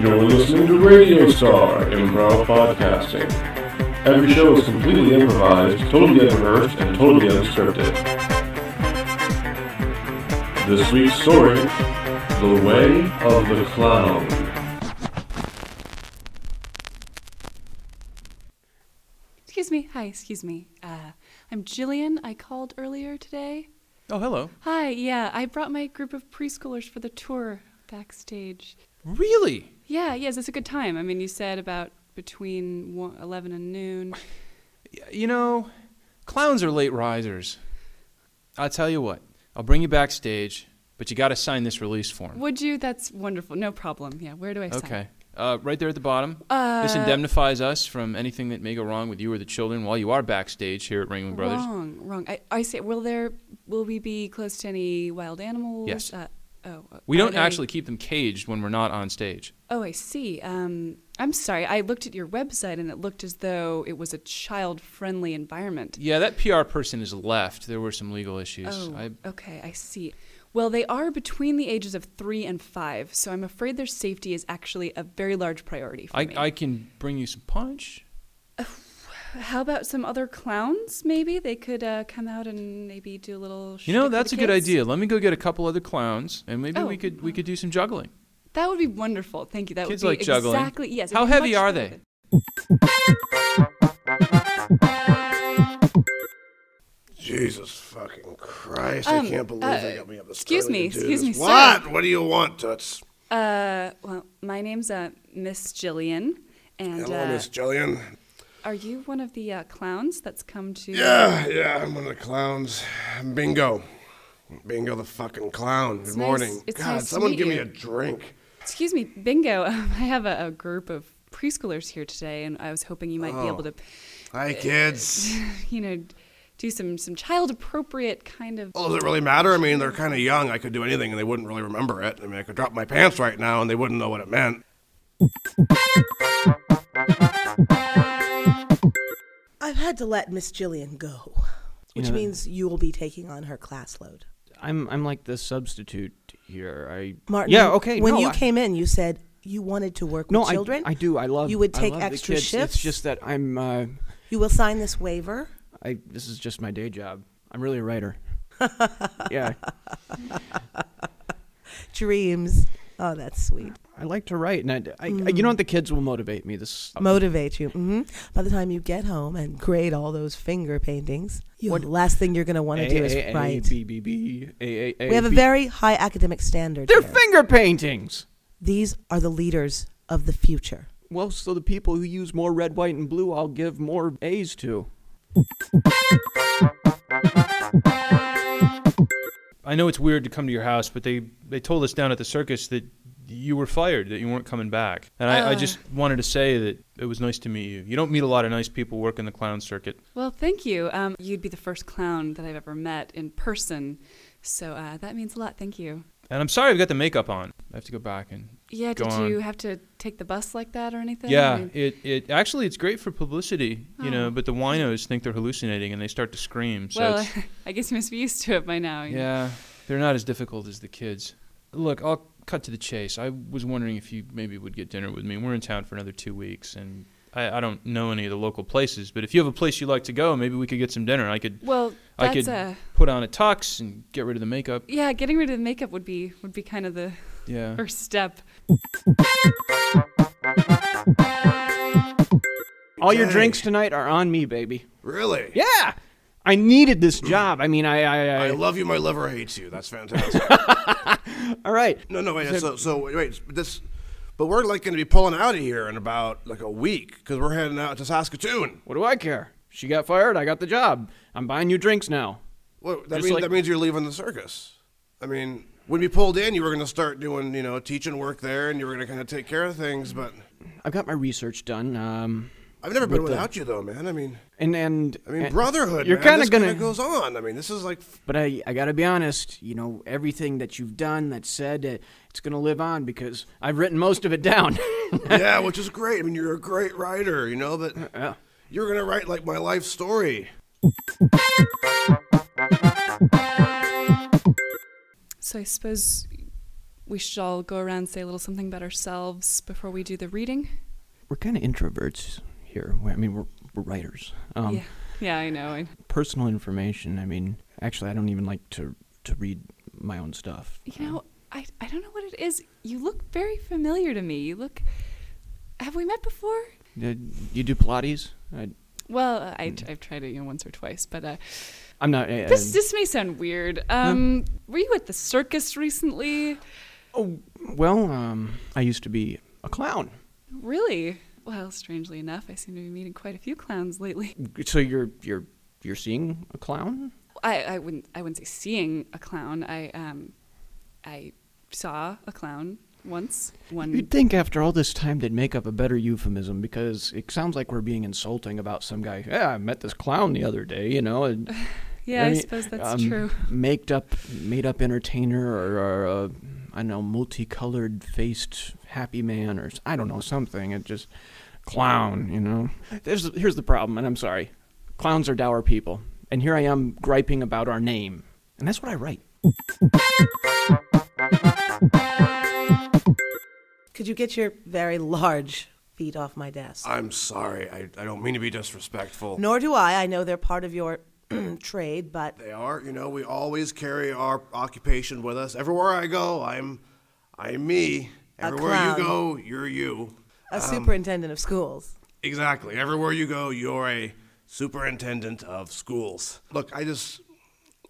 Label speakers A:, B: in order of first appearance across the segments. A: You're listening to Radio Star Improv Podcasting. Every show is completely improvised, totally unrehearsed, and totally unscripted. This week's story The Way of the Clown.
B: Excuse me. Hi, excuse me. Uh, I'm Jillian. I called earlier today.
C: Oh, hello.
B: Hi, yeah, I brought my group of preschoolers for the tour backstage.
C: Really?
B: Yeah, yeah, is this a good time? I mean, you said about between one, 11 and noon.
C: Y- You know, clowns are late risers. I'll tell you what, I'll bring you backstage, but you got to sign this release form.
B: Would you? That's wonderful. No problem. Yeah, where do I sign?
C: Okay. Uh, right there at the bottom.
B: Uh,
C: this indemnifies us from anything that may go wrong with you or the children while you are backstage here at Ringling Brothers.
B: Wrong, wrong. I, I say, will there, will we be close to any wild animals?
C: Yes.
B: Uh, oh. uh,
C: We
B: are
C: don't
B: they-
C: actually keep them caged when we're not on stage.
B: Oh, I see. Um, I'm sorry. I looked at your website and it looked as though it was a child-friendly environment.
C: Yeah, that PR person is left. There were some legal issues.
B: Oh,
C: I,
B: okay, I see. Well, they are between the ages of three and five, so I'm afraid their safety is actually a very large priority for
C: I,
B: me.
C: I can bring you some punch.
B: How about some other clowns? Maybe they could uh, come out and maybe do a little.
C: You
B: shtick
C: know,
B: for the
C: that's a good
B: kids.
C: idea. Let me go get a couple other clowns, and maybe
B: Oh,
C: we could we could do some juggling.
B: That would be wonderful. Thank you. That
C: Kids
B: would be
C: like juggling.
B: exactly yes.
C: How
B: it'd be
C: heavy
B: much
C: are
B: better
C: they?
B: than-
D: Jesus fucking Christ!
B: Um,
D: I can't believe
B: uh,
D: they got me up this
B: excuse
D: early
B: me,
D: to do
B: excuse
D: this.
B: me,
D: What?
B: sir.
D: What do you want, Toots?
B: Uh, well, my name's uh, Miss Jillian, and
D: Hello,
B: uh,
D: Miss Jillian.
B: are you one of the uh, clowns that's come to?
D: Yeah, yeah, I'm one of the clowns. Bingo, bingo, the fucking clown. Good
B: It's nice-
D: morning.
B: it's
D: God,
B: nice to
D: someone
B: meet
D: give me
B: you.
D: a drink.
B: Excuse me, Bingo. I have a, a group of preschoolers here today, and I was hoping you might
D: Oh.
B: be able to,
D: Hi, kids.
B: you know, do some some child appropriate kind of.
C: Oh,
D: Well, does it really matter? I mean, they're kind of young. I could do anything, and they wouldn't really remember it. I mean, I could drop my pants right now, and they wouldn't know what it meant.
E: I've had to let Miss Jillian go, which
F: know, that-
E: means you will be taking on her class load.
F: I'm I'm like the substitute here. I
E: Martin,
F: Yeah.
E: when-
F: Okay.
E: When
F: no,
E: you
F: I,
E: came in, you said you wanted to work
F: no,
E: with
F: I,
E: children.
F: I do. I love.
E: You would
F: I
E: take
F: love the
E: extra
F: kids.
E: shifts.
F: It's just that I'm. Uh,
E: You will sign this waiver.
F: I this is just my day job. I'm really a writer. yeah,
E: Dreams. Oh, that's sweet.
F: I like to write, and I, I-
E: Hmm.
F: you know what? The kids will motivate me. This.
E: Motivate you. hmm By the time you get home and grade all those finger paintings, you, the last thing you're going to want to do is
F: A- A- A-
E: write.
F: B B B A A A.
E: we have a
F: B-
E: very high academic standard.
F: They're
E: here.
F: finger paintings.
E: These are the leaders of the future.
F: Well, so the people who use more red, white, and blue, I'll give more A's to.
C: I know it's weird to come to your house, but they, they told us down at the circus that you were fired, that you weren't coming back. And
B: Uh.
C: I, I just wanted to say that it was nice to meet you. You don't meet a lot of nice people working the clown circuit.
B: Well, thank you. Um, you'd be the first clown that I've ever met in person, so uh, that means a lot. Thank you.
C: And I'm sorry I've got the makeup on. I have to go back and
B: Yeah,
C: Go
B: did
C: on.
B: you have to take the bus like that or anything?
C: yeah,
B: Or-
C: it, it actually it's great for publicity, you
B: Oh.
C: know. But the winos think they're hallucinating and they start to scream. So
B: well,
C: it's,
B: I guess you must be used to it by now.
C: yeah, they're not as difficult as the kids. Look, I'll cut to the chase. I was wondering if you maybe would get dinner with me. We're in town for another two weeks, and I, I don't know any of the local places. But if you have a place you like to go, maybe we could get some dinner. I could
B: Well,
C: I
B: that's
C: could
B: uh,
C: put on a tux and get rid of the makeup.
B: yeah. Getting rid of the makeup would be would be kind of the
C: Yeah.
B: first step.
F: All your
D: Dang.
F: drinks tonight are on me, baby.
D: Really?
F: Yeah, I needed this job. I mean, I, I,
D: I
F: I
D: love you. My lover hates you. That's fantastic.
F: all right.
D: No, no, wait. So, so wait, wait, this, but we're like going to be pulling out of here in about like a week because we're heading out to Saskatoon.
F: What do I care? She got fired. I got the job. I'm buying you drinks now.
D: What, that,
F: Just
D: means,
F: like-
D: that means you're leaving the circus. I mean, when you pulled in, you were going to start doing, you know, teaching work there, and you were going to kind of take care of things. But
F: I've got my research done. Um,
D: I've never been
F: With the-
D: without you, though, man. I mean,
F: and and
D: I mean,
F: and-
D: brotherhood.
F: You're
D: kind of
F: of gonna.
D: goes on. I mean, this is like
F: but I I gotta be honest. You know everything that you've done, that said, uh, it's gonna live on because I've written most of it down.
D: yeah, which is great. I mean, you're a great writer, you know, but you're going to write like my life story.
B: So I suppose we should all go around and say a little something about ourselves before we do the reading.
F: We're kind of introverts here. I mean, we're, we're writers. Um,
B: yeah. Yeah, I know. I,
F: Personal information. I mean, actually, I don't even like to to read my own stuff.
B: you know, I, I don't know what it is. You look very familiar to me. You look. Have we met before?
F: Uh, you do Pilates? I,
B: Well, uh,
F: Hmm.
B: I, I've tried it you know, once or twice, but uh,
F: I'm not. I,
B: this
F: I-
B: this may sound weird. Um, Were you at the circus recently?
F: oh, well, um, I used to be a clown.
B: Really? Well, strangely enough, I seem to be meeting quite a few clowns lately.
F: So you're you're you're seeing a clown?
B: I, I wouldn't I wouldn't say seeing a clown. I um, I saw a clown once. One.
F: You'd think after all this time they'd make up a better euphemism because it sounds like we're being insulting about some guy. Yeah, I met this clown the other day, you know. And,
B: Yeah, I,
F: mean,
B: suppose that's
F: um,
B: true.
F: Made up, made up entertainer or, or a, I don't know, multicolored faced happy man or s- I don't know something. It just clown, you know. There's here's the problem, and I'm sorry. Clowns are dour people, and here I am griping about our name, and that's what I write.
E: Could you get your very large feet off my desk?
D: I'm sorry. I, I don't mean to be disrespectful.
E: Nor do I. I know they're part of your trade, but
D: They are, you know, we always carry our occupation with us. Everywhere I go, I'm I'm me.
E: A
D: Everywhere
E: clown.
D: you go, you're you.
E: a superintendent of schools.
D: Exactly. Everywhere you go, you're a superintendent of schools. Look, I just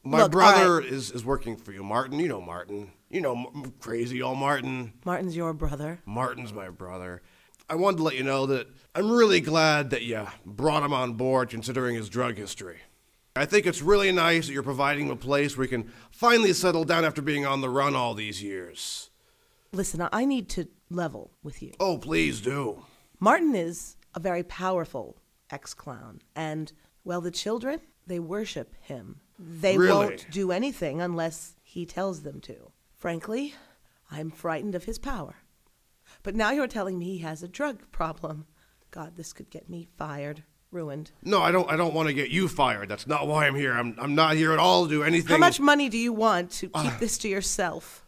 D: my
E: Look, all
D: brother is is working for you, Martin. You know Martin. You know M- crazy old Martin.
E: Martin's your brother.
D: Martin's my brother. I wanted to let you know that I'm really glad that you brought him on board considering his drug history. I think it's really nice that you're providing him a place where he can finally settle down after being on the run all these years.
E: Listen, I- I need to level with you.
D: Oh, please do.
E: Martin is a very powerful ex clown, and well, the children they worship him. They
D: Really?
E: won't do anything unless he tells them to. Frankly, I'm frightened of his power. But now you're telling me he has a drug problem. God, this could get me fired, ruined.
D: No, I don't I don't want to get you fired. That's not why I'm here. I'm I'm not here at all to do anything.
E: How much money do you want to keep this to yourself?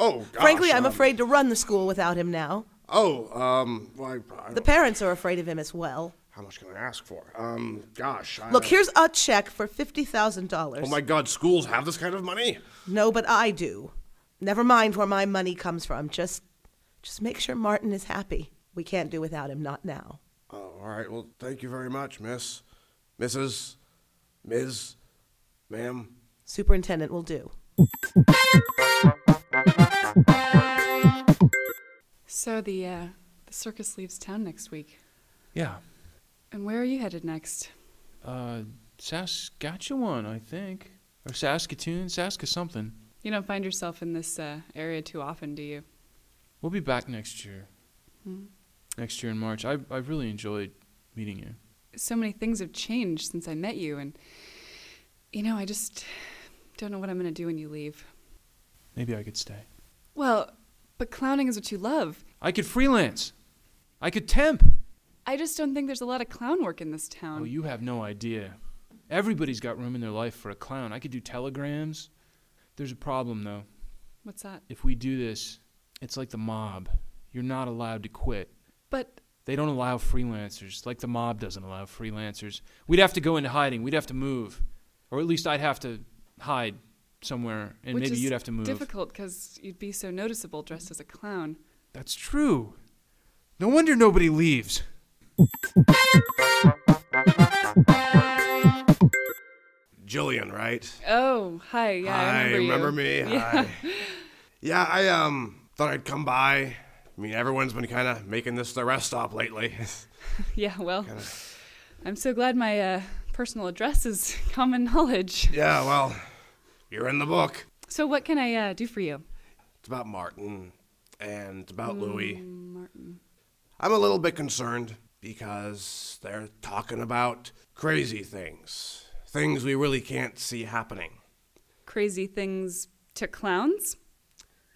D: Oh, gosh,
E: Frankly, I'm
D: um,
E: afraid to run the school without him now.
D: Oh, um, well, I, I
E: The
D: don't,
E: parents are afraid of him as well.
D: how much can I ask for? Um, gosh. I,
E: Look, here's a check for fifty thousand dollars.
D: Oh my God, schools have this kind of money?
E: No, but I do. Never mind where my money comes from. Just, just make sure Martin is happy. We can't do without him. Not now.
D: Oh, all right. Well, thank you very much, Miss, Mrs, Ms, Ma'am.
E: Superintendent will do.
B: So the uh, the circus leaves town next week.
C: Yeah.
B: And where are you headed next?
C: Uh, Saskatchewan, I think, or Saskatoon, Saska something.
B: You don't find yourself in this uh, area too often, do you?
C: We'll be back next year. Next year in March. I I really enjoyed meeting you.
B: So many things have changed since I met you, and you know, I just don't know what I'm going to do when you leave.
C: Maybe I could stay.
B: Well, but clowning is what you love.
C: I could freelance. I could
B: Um,
C: temp.
B: I just don't think there's a lot of clown work in this town.
C: Oh, you have no idea. Everybody's got room in their life for a clown. I could do telegrams. There's a problem, though.
B: What's that?
C: If we do this, it's like the mob. You're not allowed to quit.
B: But
C: They don't allow freelancers, like the mob doesn't allow freelancers. We'd have to go into hiding. We'd have to move. Or at least I'd have to hide somewhere, and
B: which
C: maybe
B: is
C: you'd have to move.
B: Difficult because you'd be so noticeable dressed as a clown.
C: That's true. No wonder nobody leaves.
D: Jillian, right?
B: Oh, hi. Yeah,
D: Hi,
B: I remember you.
D: me.
B: Yeah.
D: Hi. Yeah, I um thought I'd come by. I mean, everyone's been kind of making this their rest stop lately.
B: Yeah, well, I'm so glad my uh, personal address is common knowledge.
D: yeah, well, you're in the book.
B: So, what can I uh, do for you?
D: It's about Martin and it's about Louis.
B: Hmm, Martin.
D: I'm a little bit concerned because they're talking about crazy things, things we really can't see happening.
B: Crazy things to clowns?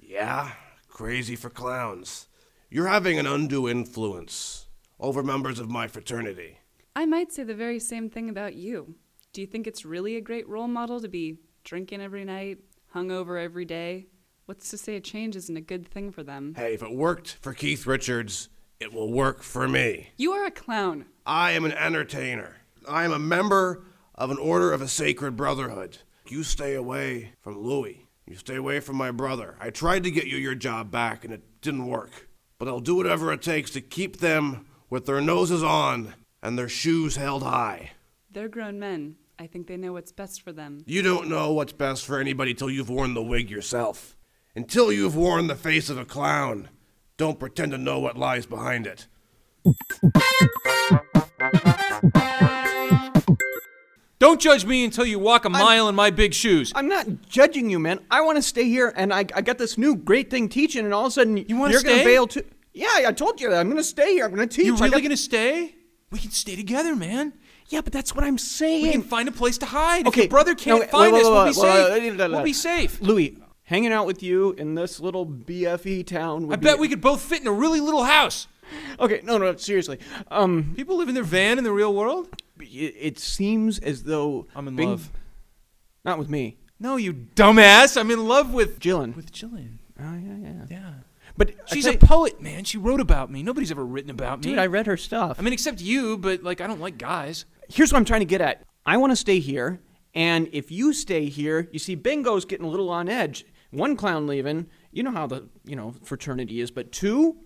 D: Yeah, crazy for clowns. You're having an undue influence over members of my fraternity.
B: I might say the very same thing about you. Do you think it's really a great role model to be drinking every night, hungover every day, What's to say a change isn't a good thing for them?
D: Hey, if it worked for Keith Richards, it will work for me.
B: You are a clown.
D: I am an entertainer. I am a member of an order of a sacred brotherhood. You stay away from Louis. You stay away from my brother. I tried to get you your job back and it didn't work. But I'll do whatever it takes to keep them with their noses on and their shoes held high.
B: They're grown men. I think they know what's best for them.
D: You don't know what's best for anybody till you've worn the wig yourself. Until you've worn the face of a clown, don't pretend to know what lies behind it.
C: Don't judge me until you walk a mile in my big shoes.
F: I'm not judging you, man. I want to stay here, and I, I got this new great thing teaching, and all of a sudden you
C: wanna
F: you're
C: stay?
F: gonna bail too. Yeah, I told you I'm gonna stay here. I'm gonna teach.
C: you
F: I
C: really
F: got-
C: gonna stay? We can stay together, man.
F: Yeah, but that's what I'm
C: We can
F: saying.
C: find a place to hide.
F: Okay,
C: if your brother
F: no,
C: can't
F: wait,
C: find
F: wait,
C: us, we'll
F: wait,
C: be
F: wait,
C: safe.
F: wait, wait, wait,
C: we'll
F: wait.
C: be safe.
F: Louis, hanging out with you in this little BFE town. Would
C: I bet we could both fit in a really little house.
F: Okay, no, no, seriously. Um,
C: People live in their van in the real world.
F: it, it seems as though
C: I'm in
F: being-
C: love.
F: Not with me,
C: No, you dumbass. I'm in love with
F: Jillian.
C: with Jillian.
F: oh yeah, yeah.
C: Yeah.
F: But I
C: She's
F: tell
C: a
F: you-
C: poet, man. She wrote about me. Nobody's ever written about me.
F: dude. I read her stuff.
C: I mean, except you, but like, I don't like guys.
F: here's what I'm trying to get at. I want to stay here, and if you stay here, you see Bingo's getting a little on edge. One clown leaving, you know how the you know fraternity is, but two,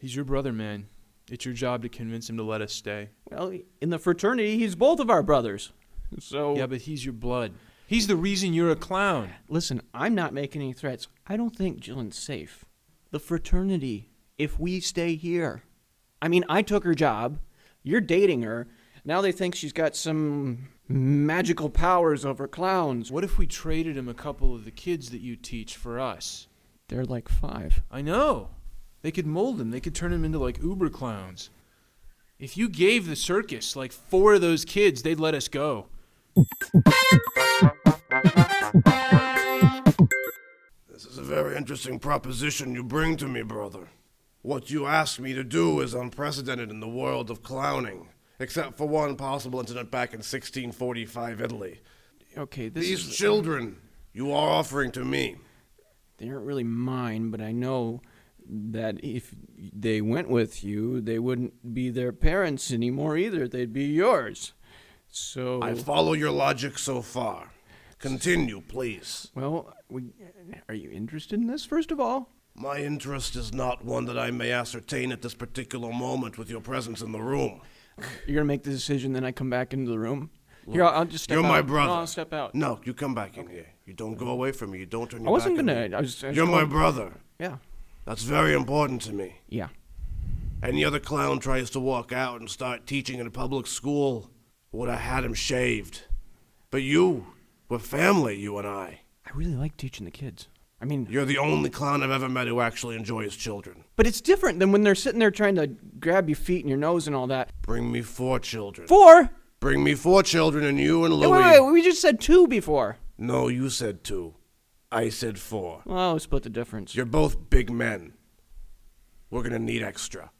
C: He's your brother, man. It's your job to convince him to let us stay.
F: well, in the fraternity, he's both of our brothers. So
C: Yeah, but he's your blood. He's the reason you're a clown.
F: listen, I'm not making any threats. I don't think Jillian's safe. The fraternity, if we stay here, I mean, I took her job. You're dating her. Now they think she's got some magical powers over clowns.
C: What if we traded him a couple of the kids that you teach for us?
F: They're like five.
C: I know. They could mold him. They could turn him into like uber clowns. If you gave the circus like four of those kids, they'd let us go.
D: This is a very interesting proposition you bring to me, brother. What you ask me to do is unprecedented in the world of clowning, except for one possible incident back in 1645 Italy.
F: Okay, this
D: These
F: is, uh,
D: children you are offering to me.
F: they aren't really mine, but I know that if they went with you, they wouldn't be their parents anymore either. They'd be yours. So
D: I follow your logic so far. Continue, please.
F: well, we, are you interested in this? First of all,
D: My interest is not one that I may ascertain at this particular moment with your presence in the room.
F: you're gonna make the decision. Then I come back into the room. Here, I'll, I'll just step
D: You're
F: out.
D: my brother.
F: No, I'll step out.
D: No, you come back in here. You don't go away from me. You don't turn your
F: I wasn't
D: back on
F: gonna.
D: me.
F: I was. I was
D: You're my
F: going-
D: brother.
F: Yeah.
D: That's very important to me.
F: Yeah.
D: Any other clown tries to walk out and start teaching in a public school, would have had him shaved. But you, we're family, you and I.
F: I really like teaching the kids. I mean,
D: You're the only clown I've ever met who actually enjoys children.
F: but it's different than when they're sitting there trying to grab your feet and your nose and all that.
D: Bring me four children.
F: Four.
D: Bring me four children and you and Louis.
F: Wait, wait, wait, we just said two before.
D: No, you said two. I said four.
F: Well, we split the difference.
D: You're both big men. We're gonna need extra.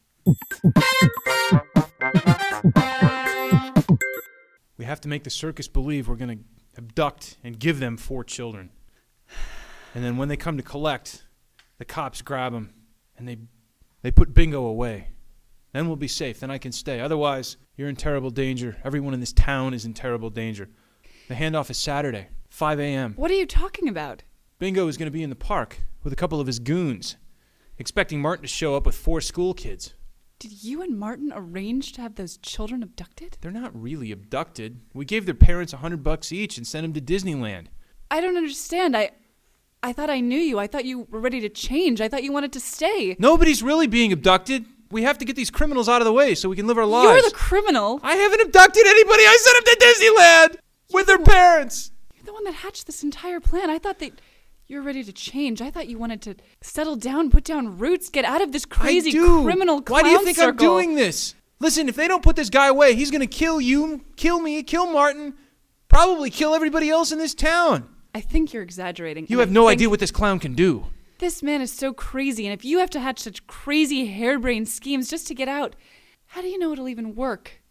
C: We have to make the circus believe we're going to abduct and give them four children. And then when they come to collect, the cops grab them and they they put Bingo away. Then we'll be safe. Then I can stay. Otherwise, you're in terrible danger. Everyone in this town is in terrible danger. The handoff is Saturday, 5 a.m.
B: What are you talking about?
C: Bingo is going to be in the park with a couple of his goons, expecting Martin to show up with four school kids.
B: Did you and Martin arrange to have those children abducted?
C: They're not really abducted. We gave their parents a hundred bucks each and sent them to Disneyland.
B: I don't understand. I I thought I knew you. I thought you were ready to change. I thought you wanted to stay.
C: Nobody's really being abducted. We have to get these criminals out of the way so we can live our lives.
B: You're the criminal.
C: I haven't abducted anybody. I sent them to Disneyland with their parents.
B: You're the one that hatched this entire plan. I thought that you were ready to change. I thought you wanted to settle down, put down roots, get out of this crazy
C: I do.
B: criminal
C: Why do you
B: clown
C: think I'm
B: circle.
C: doing this? Listen, if they don't put this guy away, he's going to kill you, kill me, kill Martin, probably kill everybody else in this town.
B: I think you're exaggerating.
C: You
B: and
C: have
B: I
C: no
B: think
C: idea what this clown can do.
B: This man is so crazy, and if you have to hatch such crazy harebrained schemes just to get out, how do you know it'll even work?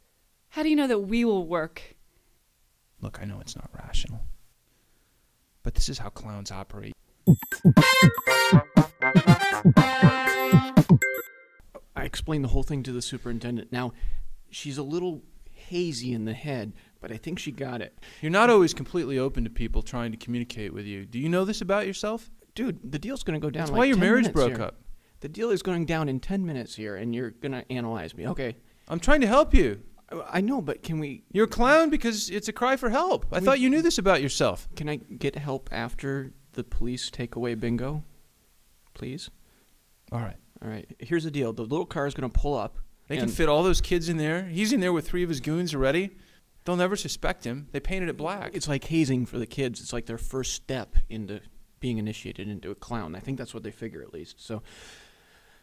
B: How do you know that we will work?
C: Look, I know it's not rational. But this is how clowns operate.
F: I explained the whole thing to the superintendent. Now, she's a little hazy in the head, but I think she got it.
C: You're not always completely open to people trying to communicate with you. Do you know this about yourself?
F: Dude, the deal's going to go down.
C: That's
F: like
C: why your
F: 10
C: marriage
F: minutes
C: broke
F: here.
C: up.
F: The deal is going down in 10 minutes here, and you're going to analyze me. Okay.
C: I'm trying to help you.
F: I- I know, but can we.
C: You're a clown because it's a cry for help. I thought you knew this about yourself.
F: Can I get help after the police take away bingo? Please?
C: All right.
F: All right. Here's the deal the little car is going to pull up.
C: They can
F: and-
C: fit all those kids in there. He's in there with three of his goons already. They'll never suspect him. They painted it black.
F: It's like hazing for the kids. It's like their first step into being initiated into a clown. I think that's what they figure at least. So,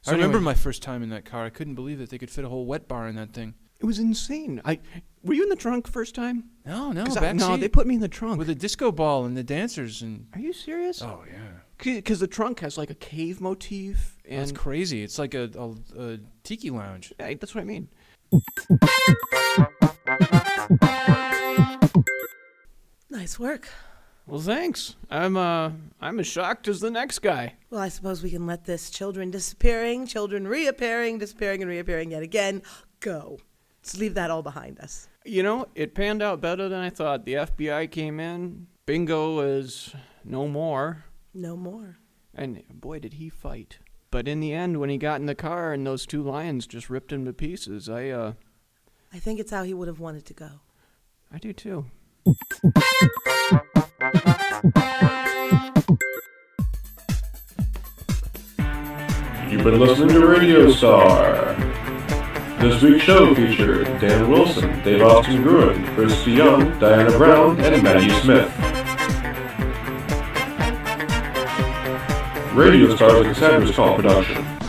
C: I remember
F: anyway,
C: my first time in that car. I couldn't believe that they could fit a whole wet bar in that thing.
F: it was insane. I were you in the trunk first time?
C: No, no,
F: 'Cause I-
C: back
F: no, they put me in the trunk.
C: with a disco ball and the dancers and
F: Are you serious?
C: oh yeah,
F: Because the trunk has like a cave motif, and
C: that's crazy. It's like a, a, a tiki lounge.
F: Yeah, that's what I mean.
E: Nice work.
F: Well, thanks. I'm uh, I'm as shocked as the next guy.
E: Well, I suppose we can let this children disappearing, children reappearing, disappearing and reappearing yet again go. Let's leave that all behind us.
F: You know, it panned out better than I thought. The FBI came in. Bingo is no more.
E: No more.
F: And boy, did he fight. But in the end, when he got in the car and those two lions just ripped him to pieces, I, uh,
E: I think it's how he would have wanted to go.
F: I do too.
A: You've been listening to Radio Star. This week's show featured Dan Wilson, Dave Austin Gruen, Chris DeYoung, Diana Brown, and Maggie Smith. Radio Star is a Cassandra's Call production.